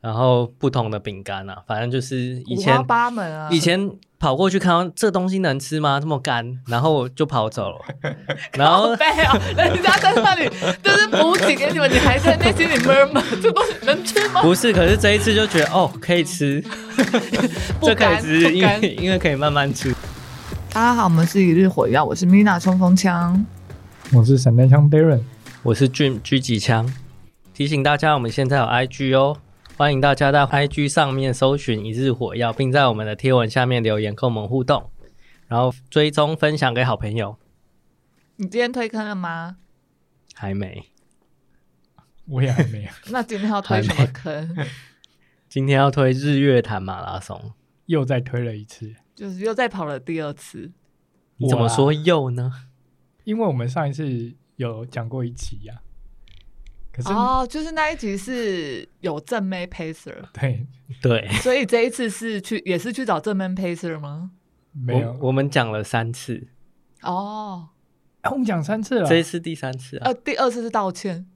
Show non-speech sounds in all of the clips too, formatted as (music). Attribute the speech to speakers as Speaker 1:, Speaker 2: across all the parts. Speaker 1: 然后不同的饼干啊，反正就是以
Speaker 2: 五
Speaker 1: 前
Speaker 2: 花八门啊，
Speaker 1: 以前跑过去看到这东西能吃吗？这么干，然后我就跑走
Speaker 2: (laughs)
Speaker 1: 了。然后
Speaker 2: 没有，人家在那里 (laughs) 就是补给给你们，你还在内心里 murmur，这东 (laughs) 西能吃吗？
Speaker 1: 不是，可是这一次就觉得哦，可以
Speaker 2: (laughs)
Speaker 1: 吃，这
Speaker 2: 不
Speaker 1: 可以
Speaker 2: 干
Speaker 1: 吃，
Speaker 2: 不
Speaker 1: 因
Speaker 2: 干
Speaker 1: 为因为可以慢慢吃。
Speaker 2: 大家好，我们是一日火药，啊我是 Mina 冲锋枪。
Speaker 3: 我是闪电枪 Darren，
Speaker 1: 我是狙狙击枪，提醒大家，我们现在有 IG 哦，欢迎大家到 IG 上面搜寻一日火药，并在我们的贴文下面留言跟我们互动，然后追踪分享给好朋友。
Speaker 2: 你今天推坑了吗？
Speaker 1: 还没，
Speaker 3: 我也还没有， (laughs)
Speaker 2: 那今天要推什么坑？
Speaker 1: 今天要推日月潭马拉松，
Speaker 3: 又再推了一次。
Speaker 2: 就是又再跑了第二次。
Speaker 1: 你怎么
Speaker 3: 我啊
Speaker 1: 说又呢？
Speaker 3: 因为我们上一次有讲过一集呀、可是、
Speaker 2: 哦，就是那一集是有正妹 pacer，
Speaker 3: (laughs) 对
Speaker 1: 对，
Speaker 2: 所以这一次是去也是去找正妹 pacer 吗？
Speaker 3: 没有，
Speaker 1: 我，我们讲了三次，
Speaker 2: 哦，
Speaker 3: 啊我们讲三次了
Speaker 1: 这一次第三次啊
Speaker 2: 呃，，第二次是道歉，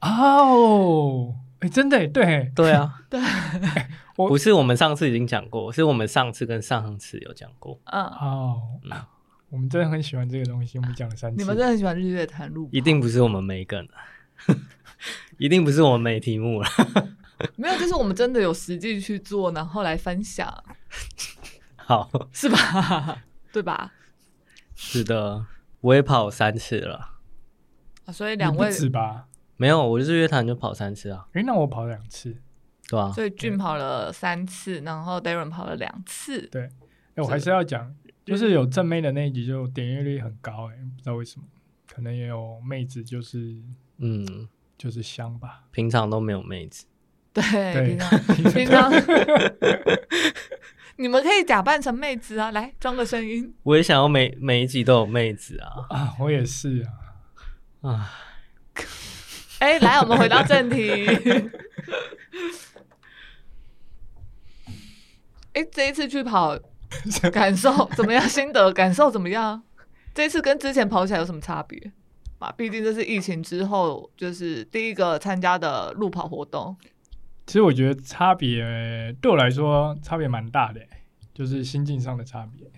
Speaker 3: 哦，哎、真的耶 (laughs) 对，
Speaker 1: 对啊，
Speaker 2: 对，
Speaker 3: 我
Speaker 1: 不是我们上次已经讲过，是我们上次跟上上次有讲过，
Speaker 2: 嗯，
Speaker 3: 哦
Speaker 1: 嗯，
Speaker 3: 我们真的很喜欢这个东西，我们讲了三次，
Speaker 2: 你们真的很喜欢日月潭路跑，
Speaker 1: 一定不是我们没梗啊， (laughs) 一定不是我们没题目了。啊
Speaker 2: 没有，就是我们真的有实际去做，然后来分享，
Speaker 1: (laughs) 好，
Speaker 2: 是吧？ (laughs) 对吧？
Speaker 1: 是的，我也跑三次了。
Speaker 2: 啊所以
Speaker 3: 你
Speaker 2: 两
Speaker 3: 不
Speaker 2: 位，
Speaker 3: 止吧？
Speaker 1: 没有，我日月潭就跑三次啊，
Speaker 3: 哎、那我跑了两次，
Speaker 1: 对啊，
Speaker 2: 所以俊跑了三次，然后 Darren 跑了两次，
Speaker 3: 对哎、我还是要讲，就是有正妹的那一集就点阅率很高、哎，不知道为什么，可能也有妹子就是
Speaker 1: 嗯，
Speaker 3: 就是香吧，
Speaker 1: 平常都没有妹子，
Speaker 2: 对，
Speaker 3: 对
Speaker 2: 平常 (laughs) 平常，你们可以假扮成妹子啊，来装个声音，
Speaker 1: 我也想要每每一集都有妹子啊
Speaker 3: 啊，我也是啊，
Speaker 1: 啊！
Speaker 2: 哎，来，我们回到正
Speaker 3: (laughs)
Speaker 2: 题。哎，这一次去
Speaker 3: (laughs)
Speaker 2: 跑，感受怎么样？心得感受怎么样？这一次跟之前跑起来有什么差别？嘛，毕竟这是疫情之后，就是第一个参加的路跑活动。
Speaker 3: 其实我觉得差别对我来说差别蛮大的，就是心境上的差别。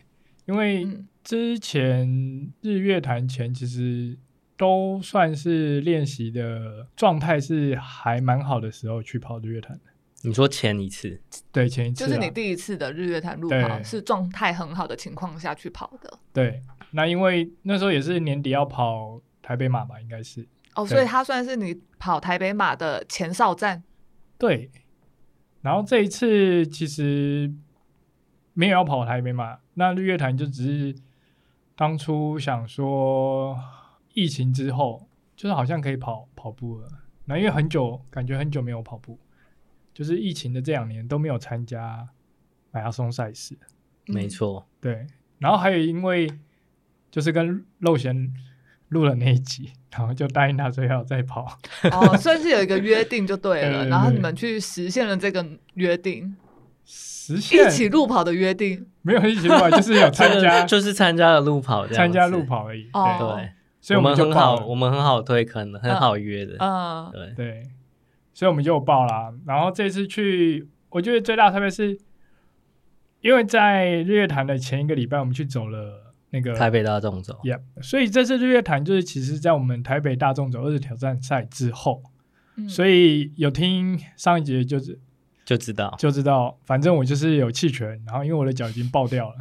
Speaker 3: 因为
Speaker 2: 嗯
Speaker 3: 之前日月潭前其实都算是练习的状态是还蛮好的时候去跑日月潭的，
Speaker 1: 你说前一次，
Speaker 3: 对前一次
Speaker 2: 就
Speaker 3: 啊、
Speaker 2: 是你第一次的日月潭路跑
Speaker 3: 对
Speaker 2: 是状态很好的情况下去跑的
Speaker 3: 对，那因为那时候也是年底要跑台北马吧，应该是
Speaker 2: 哦，
Speaker 3: 对
Speaker 2: 所以它算是你跑台北马的前哨
Speaker 3: (laughs)
Speaker 2: 站。
Speaker 3: 对。然后这一次其实没有要跑台北马，那日月潭就只是当初想说疫情之后，就是好像可以跑跑步了。那因为很久感觉很久没有跑步，就是疫情的这两年都没有参加马拉松赛事。
Speaker 2: 嗯
Speaker 1: 没错，
Speaker 3: 对，然后还有因为就是跟肉贤录了那一集，然后就答应他说要再跑。
Speaker 2: 哦，算是有一个约定就对
Speaker 3: 对
Speaker 2: 了，
Speaker 3: 对
Speaker 2: 然后
Speaker 3: 对
Speaker 2: 你们去实现了这个约定，
Speaker 3: 实现
Speaker 2: 一起路跑的约定。
Speaker 3: 没有一起路跑，就是有
Speaker 1: (laughs)
Speaker 3: 参加
Speaker 1: 这个就是参加了路跑这样
Speaker 3: 参
Speaker 1: 子，
Speaker 3: 加路跑而已。
Speaker 2: 哦
Speaker 3: 对，
Speaker 1: 对，
Speaker 3: 所以
Speaker 1: 我
Speaker 3: 们
Speaker 1: 们
Speaker 3: 就
Speaker 1: 很
Speaker 3: 报
Speaker 1: 好，
Speaker 3: 了。
Speaker 1: 我们很好推坑的，很好约的，
Speaker 2: 嗯，
Speaker 1: 对，
Speaker 3: 对，所以我们就有报啦。然后这次去，我觉得最大的差别是，因为在日月潭的前一个礼拜，我们去走了那个
Speaker 1: 台北大众走，
Speaker 3: Yep，所以这次日月潭就是其实在我们台北大众走二十挑战赛之后，
Speaker 2: 嗯
Speaker 3: 所以有听上一节就是
Speaker 1: 就知道
Speaker 3: 就知道，反正我就是有弃权，然后因为我的脚已经爆掉了，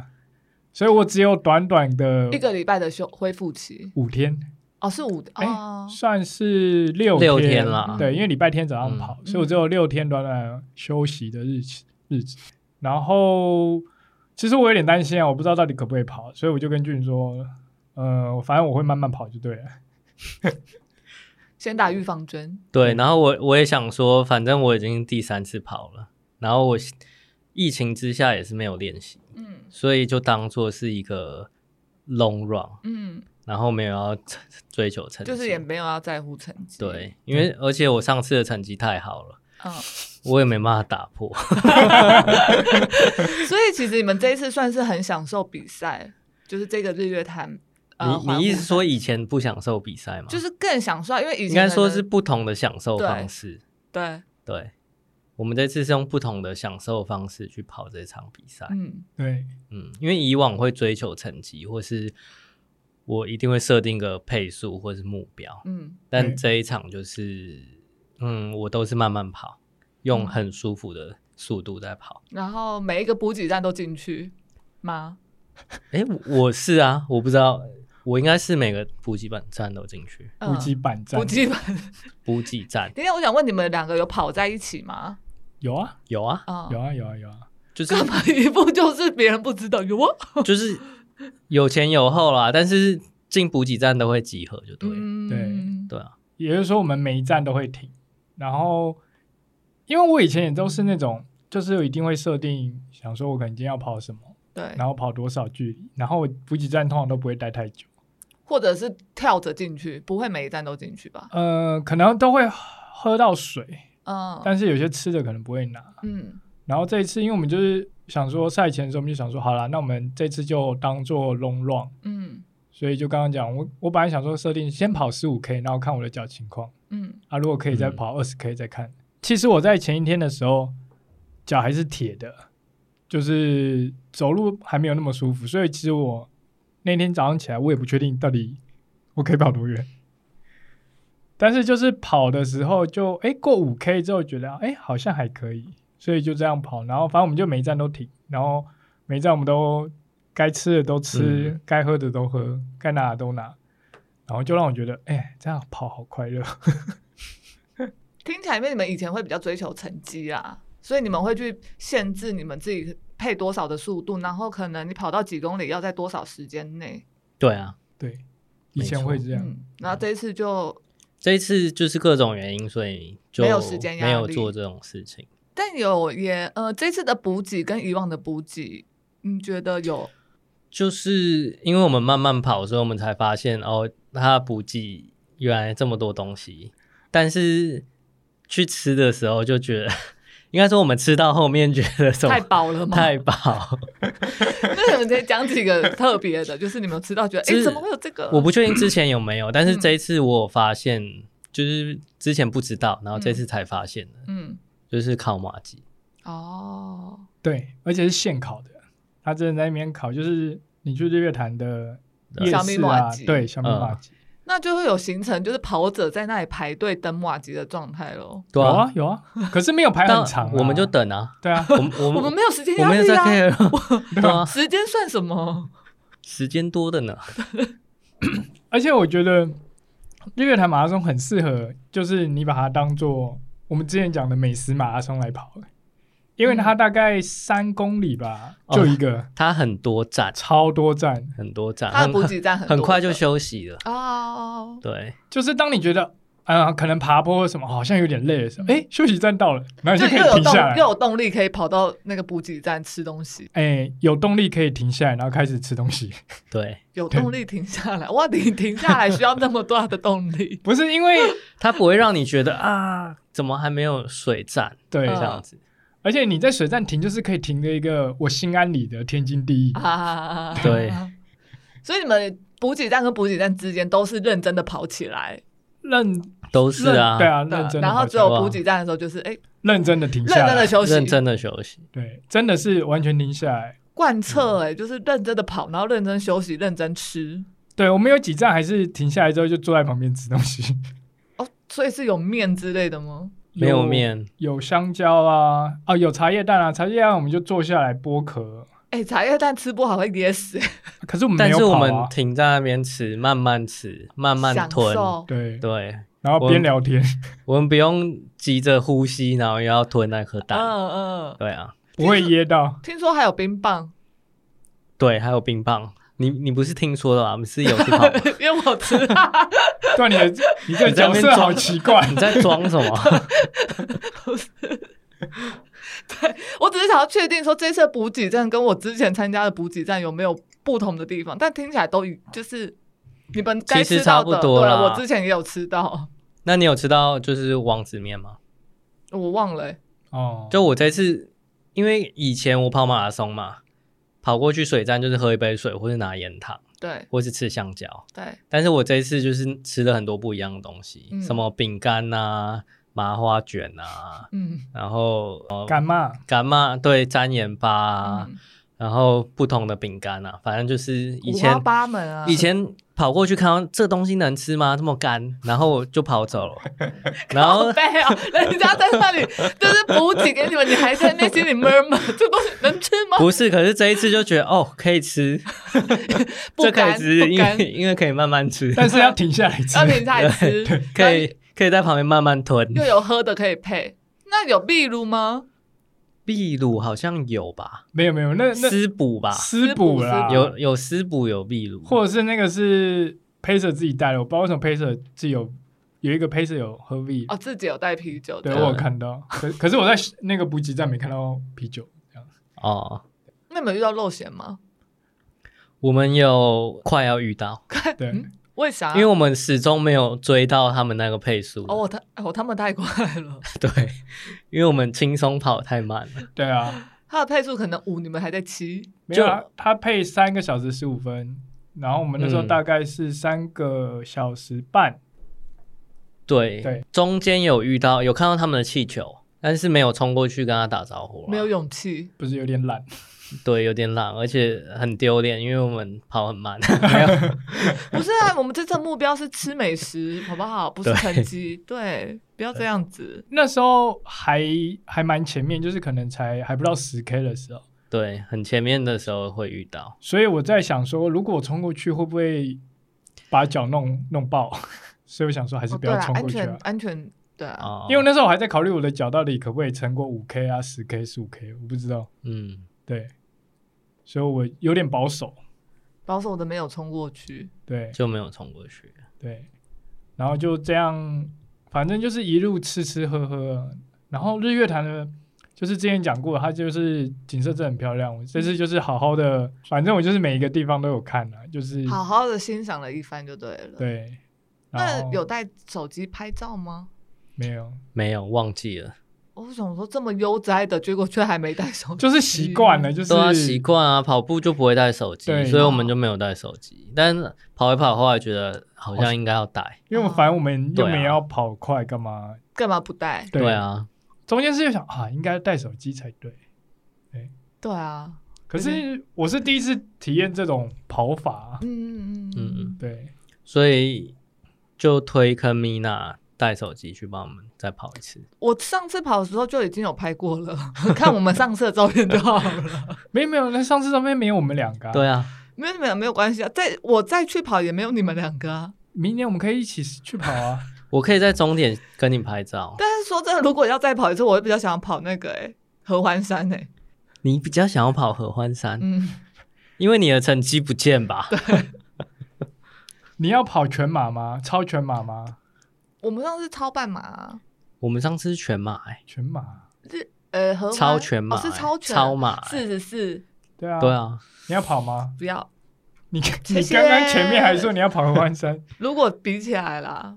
Speaker 3: 所以我只有短短的
Speaker 2: 一个礼拜的休恢复期。
Speaker 3: 五天，
Speaker 2: 哦，是五的
Speaker 3: 哎
Speaker 2: 哦，
Speaker 3: 算是六
Speaker 1: 六
Speaker 3: 天
Speaker 1: 天啦
Speaker 3: 对，因为礼拜天早上跑，
Speaker 2: 嗯
Speaker 3: 所以我只有六天短短的休息的日期日子。然后其实我有点担心啊，我不知道到底可不可以跑，所以我就跟俊说，呃，反正我会慢慢跑就对了。
Speaker 2: 先打预防针。
Speaker 3: 嗯
Speaker 1: 对，然后我我也想说，反正我已经第三次跑了，然后我疫情之下也是没有练习，
Speaker 2: 嗯
Speaker 1: 所以就当做是一个 long run，
Speaker 2: 嗯，
Speaker 1: 然后没有要成追求成绩，
Speaker 2: 就是也没有要在乎成绩。，
Speaker 1: 对，因为而且我上次的成绩太好了，
Speaker 2: 嗯，
Speaker 1: 我也没办法打破。
Speaker 2: 所以其实你们这一次算是很享受比赛，就是这个日月潭。呃、
Speaker 1: 你你意思
Speaker 2: 环
Speaker 1: 说以前不享受比赛吗？
Speaker 2: 湖就是是更享受，因为以前
Speaker 1: 应该说
Speaker 2: 可
Speaker 1: 是
Speaker 2: 能
Speaker 1: 不同的享受方式。
Speaker 2: 对，
Speaker 1: 对，我们这次是用不同的享受方式去跑这场比赛。
Speaker 2: 嗯
Speaker 3: 对，
Speaker 1: 嗯，因为以往会追求成绩，或是我一定会设定个配速或是目标，
Speaker 2: 嗯
Speaker 1: 但
Speaker 3: 嗯
Speaker 1: 这一场就是，嗯，我都是慢慢跑，用很舒服的速度在跑。
Speaker 2: 然后每一个补给站都进去吗？
Speaker 1: 诶，我我是啊，我不知道，我应该是每个补给板站都进去，
Speaker 2: 嗯
Speaker 3: 补给板站
Speaker 2: 补给板。 (laughs)
Speaker 1: 补给站
Speaker 2: 今天我想问你们两个有跑在一起吗？
Speaker 3: 有啊，
Speaker 1: 有啊，
Speaker 2: 啊、
Speaker 3: 有啊，有啊，有啊，
Speaker 1: 就是
Speaker 2: 干嘛一步就是别人不知道有啊？
Speaker 1: 就是有前有后啦，但是进补给站都会集合，就对
Speaker 2: 嗯
Speaker 1: 了，
Speaker 3: 对
Speaker 1: 对啊，
Speaker 3: 也就是说我们每一站都会停。然后，因为我以前也都是那种，就是一定会设定，想说我可能今天要跑什么，
Speaker 2: 对，
Speaker 3: 然后跑多少距离，然后我补给站通常都不会待太久，
Speaker 2: 或者是跳着进去，不会每一站都进去吧？
Speaker 3: 呃，可能都会喝到水，
Speaker 2: 嗯
Speaker 3: 但是有些吃的可能不会拿。
Speaker 2: 嗯
Speaker 3: 然后这一次，因为我们就是想说赛前的时候，我们就想说，好啦，那我们这次就当做 long run，
Speaker 2: 嗯
Speaker 3: 所以就刚刚讲，我我本来想说设定先跑十五 K，然后看我的脚情况
Speaker 2: 嗯
Speaker 3: 啊，如果可以再跑二十 K 再看。其实我在前一天的时候，脚还是铁的，就是走路还没有那么舒服，所以其实我那天早上起来，我也不确定到底我可以跑多远。但是就是跑的时候就，诶哎过五 K 之后觉得哎好像还可以，所以就这样跑，然后反正我们就每一站都停，然后每一站我们都该吃的都吃，
Speaker 1: 嗯
Speaker 3: 该喝的都喝，该拿的都拿，然后就让我觉得哎、这样跑好快乐。
Speaker 2: 听起来因为你们以前会比较追求成绩啦，所以你们会去限制你们自己配多少的速度，然后可能你跑到几公里要在多少时间内。
Speaker 1: 对啊，
Speaker 3: 对，以前会这样，
Speaker 2: 嗯，然后这一次就，
Speaker 1: 这一次就是各种原因，所以就
Speaker 2: 没有时间压
Speaker 1: 没
Speaker 2: 力
Speaker 1: 有做这种事情。
Speaker 2: 但有也呃，这次的补给跟以往的补给，你觉得有
Speaker 1: 就是因为我们慢慢跑，所以我们才发现哦，它补给原来这么多东西。但是去吃的时候就觉得， (laughs) 应该说我们吃到后面觉得什么
Speaker 2: 太饱了吗？
Speaker 1: 太饱，
Speaker 2: (laughs) 那你们可以讲几个特别的，就是你们有吃到觉得，哎、
Speaker 1: 就是
Speaker 2: 怎么会有这个？
Speaker 1: (laughs) 我不确定之前有没有，但是这一次我有发现，就是之前不知道，然后这次才发现的，
Speaker 2: 嗯，
Speaker 1: 就是烤麻鸡。
Speaker 2: 哦，
Speaker 3: 对，而且是现烤的，他真的在那边烤，就是你去日月潭的
Speaker 1: 对
Speaker 3: 夜
Speaker 2: 小米
Speaker 3: 市
Speaker 2: 麻
Speaker 3: 啊
Speaker 2: 吉，
Speaker 3: 对，小米
Speaker 1: 嗯
Speaker 3: 麻吉，
Speaker 2: 那就会有形成就是跑者在那里排队等瓦吉的状态咯。
Speaker 1: 对
Speaker 3: 有啊，有啊，可是没有排
Speaker 1: 但
Speaker 3: 很长啊，
Speaker 1: 我们就等啊，
Speaker 3: 对啊，
Speaker 1: 我们我
Speaker 2: (laughs) 我
Speaker 1: 们
Speaker 2: 们没有时间
Speaker 1: 我
Speaker 2: 压
Speaker 1: 没有
Speaker 2: 力
Speaker 1: 在
Speaker 2: 啊，
Speaker 1: care，对啊，
Speaker 2: 时间算什么？
Speaker 1: 时间多的呢， (laughs)
Speaker 3: 而且我觉得日月潭马拉松很适合，就是你把它当做我们之前讲的美食马拉松来跑，欸
Speaker 2: 嗯
Speaker 3: 因为它大概三公里吧，
Speaker 1: 哦
Speaker 3: 就一个
Speaker 1: 它很多站，
Speaker 3: 超多站，
Speaker 1: 很多站，
Speaker 2: 他的
Speaker 1: 很
Speaker 2: 补给站很
Speaker 1: 很快
Speaker 2: 多
Speaker 1: 就
Speaker 2: 的
Speaker 1: 休息了。
Speaker 2: 哦，
Speaker 1: 对，
Speaker 3: 就是当你觉得。啊、可能爬坡什么好像有点累的时候，哎、休息站到了，然后
Speaker 2: 嗯就
Speaker 3: 你就可
Speaker 2: 又
Speaker 3: 以
Speaker 2: 有
Speaker 3: 停
Speaker 2: 动
Speaker 3: 下来，
Speaker 2: 又有动力可以跑到那个补给站吃东西，
Speaker 3: 哎、有动力可以停下来，然后开始吃东西。 (laughs)，
Speaker 1: 对，
Speaker 2: 有动力停
Speaker 1: (laughs)
Speaker 2: 下来。哇，你停下来需要那么大的动力
Speaker 3: 不
Speaker 2: (laughs)
Speaker 3: 是因为
Speaker 1: 它不会让你觉得啊，怎么还没有水站
Speaker 3: 对，
Speaker 1: 这
Speaker 2: 嗯
Speaker 1: 样子。
Speaker 3: 而且你在水站停就是可以停的一个我心安理得，天经地义。
Speaker 2: 啊，
Speaker 1: 对。
Speaker 2: 所以你们补给站跟补给站之间都是认真的跑起来，
Speaker 3: 认
Speaker 1: 都是
Speaker 3: 认
Speaker 1: 啊，
Speaker 3: 对啊，认真的，
Speaker 2: 然后只有补给站的时候就是哎、
Speaker 3: 认真的停下
Speaker 2: 认真
Speaker 3: 来
Speaker 2: 的，休息，
Speaker 1: 认真的休息。
Speaker 3: 对，真的是完全停下来。
Speaker 2: 贯彻
Speaker 1: 嗯
Speaker 2: 哎、就是认真的跑，然后认真休息，认真吃
Speaker 3: 对我们有几站还是停下来之后就坐在旁边吃东西，
Speaker 2: 哦，所以是有面之类的吗？
Speaker 1: (laughs) 没有面，
Speaker 3: 有香蕉啊，啊有茶叶蛋啊，茶叶蛋我们就坐下来剥壳，
Speaker 2: 哎、茶叶蛋吃不好会噎死、
Speaker 3: 可是我们没
Speaker 1: 但
Speaker 3: 有
Speaker 1: 是
Speaker 3: 跑
Speaker 1: 我
Speaker 3: 啊
Speaker 1: 们停在那边吃，慢慢吃，慢慢
Speaker 2: 享
Speaker 1: 吞。
Speaker 2: 受。
Speaker 3: 对，
Speaker 1: 对，
Speaker 3: 然后边聊天，
Speaker 1: (laughs) 我们不用急着呼吸，然后又要吞那颗
Speaker 2: 嗯
Speaker 1: 蛋。
Speaker 2: 嗯，
Speaker 1: 对啊，
Speaker 3: 不会噎到。
Speaker 2: 听说还有冰棒，
Speaker 1: 对，还有冰棒。你你不是听说的啊吧？我们是有去跑步，
Speaker 2: (laughs) 因为我吃，
Speaker 3: 对啊，你的你这个
Speaker 1: 你在那
Speaker 3: 角
Speaker 1: 边
Speaker 3: 色好
Speaker 1: 装
Speaker 3: 奇
Speaker 1: (laughs)
Speaker 3: 怪，
Speaker 1: 你在装什么？ (laughs)
Speaker 2: 我只是想要确定说这次的补给站跟我之前参加的补给站有没有不同的地方，但听起来都一就是你们该
Speaker 1: 其实
Speaker 2: 吃到
Speaker 1: 差
Speaker 2: 的，
Speaker 1: 不多
Speaker 2: 对
Speaker 1: 啦
Speaker 2: 我之前也有吃到，
Speaker 1: 那你有吃到就是王子面吗？
Speaker 2: 我忘了、欸，
Speaker 3: 哦，
Speaker 1: 就我这次，因为以前我跑马拉松嘛，跑过去水站就是喝一杯水，或是拿盐糖，
Speaker 2: 对
Speaker 1: 或是吃香蕉。
Speaker 2: 对，
Speaker 1: 但是我这一次就是吃了很多不一样的东西，
Speaker 2: 嗯
Speaker 1: 什么饼干呐、啊麻花卷啊，
Speaker 2: 嗯，
Speaker 1: 然后呃
Speaker 3: 干嘛？
Speaker 1: 干嘛对沾盐巴、啊，
Speaker 2: 嗯
Speaker 1: 然后不同的饼干啊，反正就是以
Speaker 2: 五
Speaker 1: 前
Speaker 2: 花八门啊，
Speaker 1: 以前跑过去看到这东西能吃吗？这么干，然后我就跑
Speaker 2: (laughs)
Speaker 1: 走了。然后
Speaker 2: 好背啊，人家在那里就是补给给你们，你还在内心里 murmur，这 (laughs) 东西能吃
Speaker 3: (laughs)
Speaker 2: 吗？
Speaker 1: 不是，可是这一次就觉得哦，可以吃，
Speaker 2: 不
Speaker 1: 这可以
Speaker 2: 干
Speaker 1: 吃，
Speaker 2: 不
Speaker 1: 因
Speaker 2: 干
Speaker 1: 为因为可以慢慢吃，
Speaker 3: (laughs) 但是要停下来吃
Speaker 2: 要。停下
Speaker 1: (laughs)
Speaker 2: 来吃，
Speaker 1: 可以可以在旁边慢慢吞。
Speaker 2: 又有喝的可以配。那有秘鲁吗？
Speaker 1: 秘鲁好像有吧，
Speaker 3: (laughs) 没有没有，那那
Speaker 1: 丝补吧，
Speaker 3: 私补啦，
Speaker 1: 有有丝补有秘鲁，
Speaker 3: 或者是那个是 Pacer 自己带的，我不知道为什么 Pacer 自己有有一个 Pacer 有喝 V，、
Speaker 2: 哦，啊自己有带啤酒
Speaker 3: 对
Speaker 2: 的。
Speaker 3: 我有看到，可可是我在那个补给站没看到啤酒，这样
Speaker 1: 哦，
Speaker 2: 那你们遇到肉咸吗？ (laughs)
Speaker 1: 我们有快要遇到，
Speaker 3: 对、
Speaker 2: 嗯为啥？
Speaker 3: 啊
Speaker 1: 因为我们始终没有追到他们那个配速。
Speaker 2: 哦，我他哦他们太快了，
Speaker 1: (laughs)
Speaker 2: (laughs)
Speaker 1: 对，因为我们轻松跑太慢了。
Speaker 3: 对啊，
Speaker 2: 他的配速可能五，你们还在七。
Speaker 3: 没有啊，他配三个小时十五分，然后我们那时候大概是三个小时半，
Speaker 1: 对，
Speaker 3: 对
Speaker 1: 中间有遇到有看到他们的气球，但是没有冲过去跟他打招呼啦，啊
Speaker 2: 没有勇气，
Speaker 3: 不是有点懒，
Speaker 1: 对，有点懒，而且很丢脸，因为我们跑很慢，没
Speaker 3: (laughs)
Speaker 1: 有
Speaker 2: 不是啊，我们这次的目标是吃美食，好不好？不是
Speaker 1: 对
Speaker 2: 成绩，对，不要这样子。
Speaker 3: 那时候还还蛮前面，就是可能才还不到十 K 的时候，
Speaker 1: 对，很前面的时候会遇到，
Speaker 3: 所以我在想说，如果我冲过去会不会把脚弄弄爆？ (laughs) 所以我想说还是
Speaker 2: 哦，
Speaker 3: 不
Speaker 2: 对
Speaker 3: 要
Speaker 2: 啦，
Speaker 3: 冲
Speaker 2: 安
Speaker 3: 过去
Speaker 2: 全
Speaker 3: 啊。
Speaker 2: 安全，对啊，
Speaker 1: 哦，
Speaker 3: 因为那时候我还在考虑我的脚到底可不可以撑过五 K 啊、十 K、十五 K，我不知道。
Speaker 1: 嗯，
Speaker 3: 对，所以我有点保守。
Speaker 2: 保守的没有冲过去。
Speaker 3: 对
Speaker 1: 就没有冲过去，
Speaker 3: 对，然后就这样，反正就是一路吃吃喝喝。然后日月潭呢，就是之前讲过，它就是景色真的很漂亮。我这次就是好好的，反正我就是每一个地方都有看啊，就是
Speaker 2: 好好的欣赏了一番就对了。，
Speaker 3: 对。然
Speaker 2: 那
Speaker 3: 后
Speaker 2: 有带手机拍照吗？
Speaker 3: 没有？
Speaker 1: 没有忘记了，
Speaker 2: 我想说这么悠哉的，结果却还没带手机，
Speaker 3: 就是习惯了，就是
Speaker 1: 对啊，习惯啊，跑步就不会带手机
Speaker 3: 对，
Speaker 1: 所以我们就没有带手机，但是跑一跑后来觉得好像应该要带，
Speaker 3: 因为我反正我们
Speaker 1: 对
Speaker 3: 又
Speaker 1: 啊
Speaker 3: 没有要跑快干嘛，
Speaker 2: 干嘛不带？
Speaker 1: 对啊，
Speaker 3: 中间是又想啊，应该带手机才对。
Speaker 2: 对啊，
Speaker 3: 可是我是第一次体验这种跑法，啊
Speaker 2: 嗯嗯嗯
Speaker 1: 嗯
Speaker 2: 嗯
Speaker 1: 嗯，
Speaker 3: 对，
Speaker 1: 所以就推坑米娜带手机去帮我们再跑一次，
Speaker 2: 我上次跑的时候就已经有拍过了， (laughs) 看我们上次的照片就好了。
Speaker 3: 没有没有，那上次照片没有我们两个、啊，
Speaker 1: 对，啊，
Speaker 2: 没有没有没有关系啊，再我再去跑也没有你们两个啊。
Speaker 3: 明年我们可以一起去跑啊， (laughs)
Speaker 1: 我可以在终点跟你拍照，
Speaker 2: 但是说真的，如果要再跑一次，我会比较想要跑那个哎、合欢山哎、
Speaker 1: 你比较想要跑合欢山，
Speaker 2: 嗯，
Speaker 1: 因为你的成绩不见吧？
Speaker 3: 你要跑全马吗？超全马吗？
Speaker 2: 我们上次超半马啊、
Speaker 1: 我们上次是全马、欸，
Speaker 3: 全马，
Speaker 2: 日呃合欢
Speaker 1: 超全马、
Speaker 2: 哦、
Speaker 1: 欸
Speaker 2: 是超全
Speaker 1: 超马、欸
Speaker 2: 四十四
Speaker 3: 对啊，
Speaker 1: 对，啊，
Speaker 3: 你要跑吗？
Speaker 2: 不要。
Speaker 3: 你
Speaker 2: 谢
Speaker 3: 你
Speaker 2: 谢
Speaker 3: 刚刚前面还说你要跑合欢山，
Speaker 2: 如果比起来啦，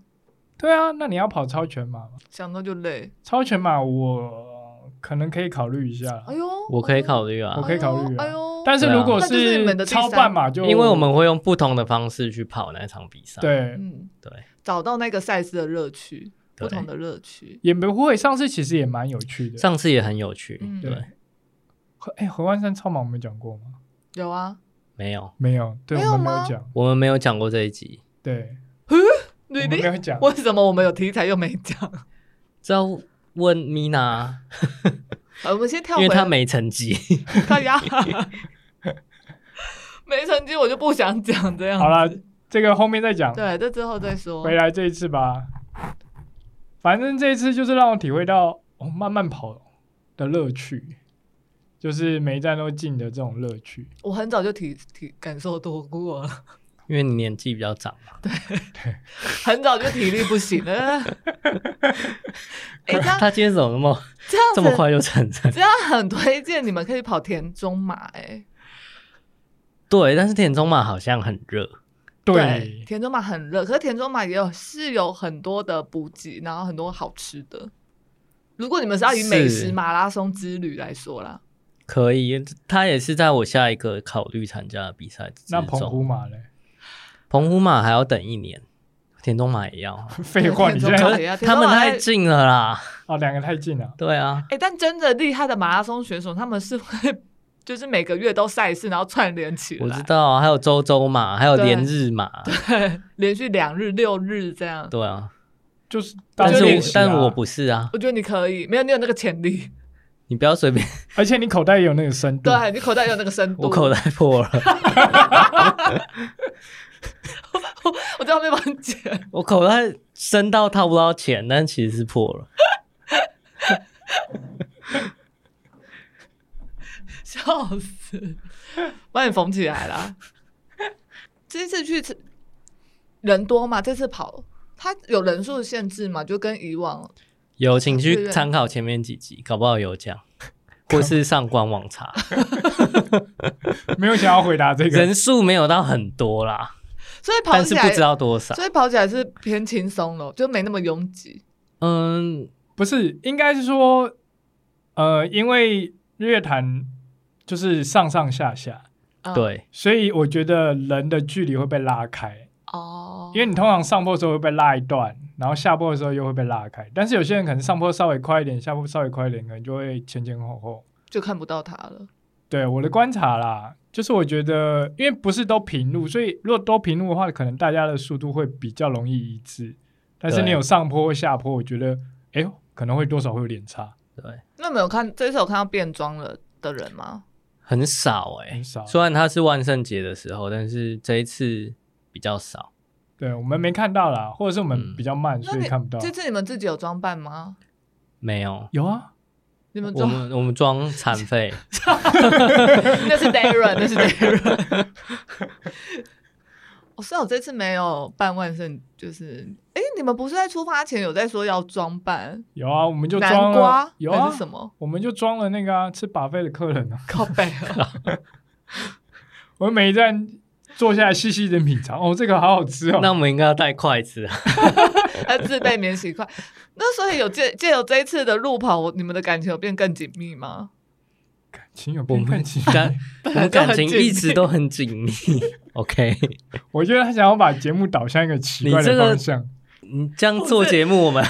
Speaker 3: 对啊，那你要跑超全马吗？
Speaker 2: 想到就累。
Speaker 3: 超全马我可能可以考虑一下，
Speaker 2: 哎呦，
Speaker 1: 我可以考虑啊
Speaker 3: 我，可以考虑啊
Speaker 2: 哎呦，
Speaker 3: 但是如果
Speaker 2: 对啊那就是你们的第三
Speaker 3: 超半马就，
Speaker 1: 因为我们会用不同的方式去跑那场比赛。
Speaker 3: 对
Speaker 2: 嗯，
Speaker 1: 对
Speaker 2: 找到那个赛事的乐趣，不
Speaker 1: 对
Speaker 2: 同的乐趣。
Speaker 3: 也不会，上次其实也蛮有趣的，
Speaker 1: 上次也很有趣，
Speaker 2: 嗯
Speaker 1: 对，
Speaker 3: 合哎、合欢山超马我们讲过吗？
Speaker 2: 有啊，
Speaker 1: 没有，
Speaker 3: 没有，对，
Speaker 2: 没有
Speaker 3: 我们没
Speaker 2: 吗
Speaker 3: 有讲，
Speaker 1: 我们没有讲过这一集，
Speaker 3: 对，我
Speaker 2: 你
Speaker 3: 们没有讲。
Speaker 2: (laughs) 为什么我们有题材又没讲？ (laughs)
Speaker 1: 这要问米娜，
Speaker 2: 好我们先跳
Speaker 1: 因
Speaker 2: 回
Speaker 1: 为她
Speaker 2: (laughs) 来，
Speaker 1: 没成绩。 (laughs)
Speaker 2: 他呀， (laughs) 没成绩我就不想讲这样。
Speaker 3: 好了，这个后面再讲，
Speaker 2: 对，这之后再说。
Speaker 3: 回来这一次吧。反正这一次就是让我体会到哦，慢慢跑的乐趣，就是每一站都进的这种乐趣。
Speaker 2: 我很早就体体感受多过了， (laughs)
Speaker 1: 因为你年纪比较长嘛，
Speaker 2: 很早就体力不行了。 (laughs) 哎、这
Speaker 1: (laughs)
Speaker 2: 样
Speaker 1: 她今天怎么那么
Speaker 2: 这样
Speaker 1: 这
Speaker 2: 子
Speaker 1: 么快就成
Speaker 2: (laughs)
Speaker 1: (laughs) 真？
Speaker 2: 这样很推荐你们可以跑田中马、哎，
Speaker 1: 对，但是田中马好像很热，
Speaker 3: 对，
Speaker 2: 田中马很热，可是田中马也有是有很多的补给，然后很多好吃的。如果你们是要以美食
Speaker 1: 是
Speaker 2: 马拉松之旅来说啦，
Speaker 1: 可以，她也是在我下一个考虑参加的比赛之
Speaker 3: 那澎湖
Speaker 1: 中。
Speaker 3: 马嘞？
Speaker 1: 澎湖马还要等一年，田中马也要，
Speaker 3: 废话，你
Speaker 2: 田中马 (laughs)
Speaker 3: 现在
Speaker 2: 对啊田
Speaker 1: 他
Speaker 2: 中
Speaker 1: 们
Speaker 2: 马
Speaker 1: 太
Speaker 2: 在
Speaker 1: 近了啦。
Speaker 3: 啊，两个太近了。
Speaker 1: 对啊，
Speaker 2: 哎、但真的厉害的马拉松选手，他们是会就是每个月都赛事，然后串联起来，
Speaker 1: 我知道啊，还有周周马，还有
Speaker 2: 对
Speaker 1: 连日马，
Speaker 2: (laughs) 连续两日、六日这样。
Speaker 1: 对
Speaker 2: (laughs)
Speaker 1: 啊。
Speaker 3: 就是，
Speaker 1: 但
Speaker 2: 就是练
Speaker 1: 我
Speaker 2: 习啊
Speaker 1: 但我，不是啊，
Speaker 2: 我觉得你可以，没有你有那个
Speaker 1: (laughs)
Speaker 2: 潜力，
Speaker 1: 你不要随便，
Speaker 3: 而且你口袋也有那个深度，
Speaker 2: 对你口袋有那个深度。
Speaker 1: 我口袋破
Speaker 2: (laughs)
Speaker 1: 了，
Speaker 2: 我在后面帮你剪。
Speaker 1: 我口袋深到掏不到钱，但其实是破了。
Speaker 2: 笑死！把你缝起来啦。 (laughs) 这次去吃人多嘛？这次跑它有人数限制嘛？就跟以往
Speaker 1: 有，请
Speaker 2: 对
Speaker 1: 去
Speaker 2: 对
Speaker 1: 参考前面几集，搞不好有
Speaker 2: (laughs)
Speaker 1: 讲，或是上官网查，
Speaker 3: 没有想要回答这个。
Speaker 1: 人数没有到很多啦，
Speaker 2: 所以跑
Speaker 1: 但
Speaker 2: 起
Speaker 1: 是不
Speaker 2: 来，
Speaker 1: 知道多少。
Speaker 2: 所以跑起来是偏轻松了，就没那么拥挤。
Speaker 1: 嗯，
Speaker 3: 不是，应该是说，呃，因为日月潭就是上上下下，
Speaker 2: 嗯
Speaker 1: 对，
Speaker 3: 所以我觉得人的距离会被拉开，
Speaker 2: 哦，
Speaker 3: 因为你通常上坡的时候会被拉一段，然后下坡的时候又会被拉开。但是有些人可能上坡稍微快一点，下坡稍微快一点，可能就会前前后后。
Speaker 2: 就看不到它了。
Speaker 3: 对我的观察啦，就是我觉得，因为不是都平路，所以如果都平路的话，可能大家的速度会比较容易一致。但是
Speaker 1: 对
Speaker 3: 你有上坡或下坡，我觉得，哎呦，可能会多少会有点差，
Speaker 1: 对，
Speaker 2: 那没有看这次有看到变装了的人吗？
Speaker 1: 很少哎、
Speaker 3: 很少。
Speaker 1: 虽然它是万圣节的时候，但是这一次比较少。
Speaker 3: 对我们没看到啦，或者是我们
Speaker 1: 嗯
Speaker 3: 比较慢，
Speaker 2: 那
Speaker 3: 所以
Speaker 2: 你
Speaker 3: 看
Speaker 1: 啊
Speaker 3: 不到。
Speaker 2: 这次你们自己有装扮吗？
Speaker 1: 没有，
Speaker 3: 有啊，
Speaker 2: 你们
Speaker 1: 我
Speaker 2: 装 (laughs)
Speaker 1: 们我们装残废，
Speaker 2: 那是 Darren，那是 Darren。我是我这次没有办万圣，就是哎、你们不是在出发前有在说要装扮
Speaker 3: 有啊，我们就装
Speaker 2: 南瓜
Speaker 3: 了，有
Speaker 2: 还
Speaker 3: 啊
Speaker 2: 是，什么
Speaker 3: (laughs) 我们就装了那个啊，吃把费的客人啊，
Speaker 2: 靠背啊？
Speaker 3: 我们每一站坐下来细细的品尝，哦，这个好好吃哦。
Speaker 1: 那我们应该要带筷子
Speaker 2: (laughs)
Speaker 1: 啊。
Speaker 2: 还自备免洗筷？那所以有借借由这一次的路跑，我你们的感情有变更紧密吗？
Speaker 3: 感情有
Speaker 1: 我
Speaker 3: 变
Speaker 1: 们
Speaker 3: 感情，
Speaker 1: 感我
Speaker 2: 啊
Speaker 1: 们感情一直
Speaker 2: 都
Speaker 1: 都很紧
Speaker 2: (laughs)
Speaker 1: 密。OK，
Speaker 3: (laughs) 我觉得他想要把节目导向一个奇怪
Speaker 1: 你这
Speaker 3: 的
Speaker 1: 个
Speaker 3: 方向。
Speaker 1: 你这样做节目，我们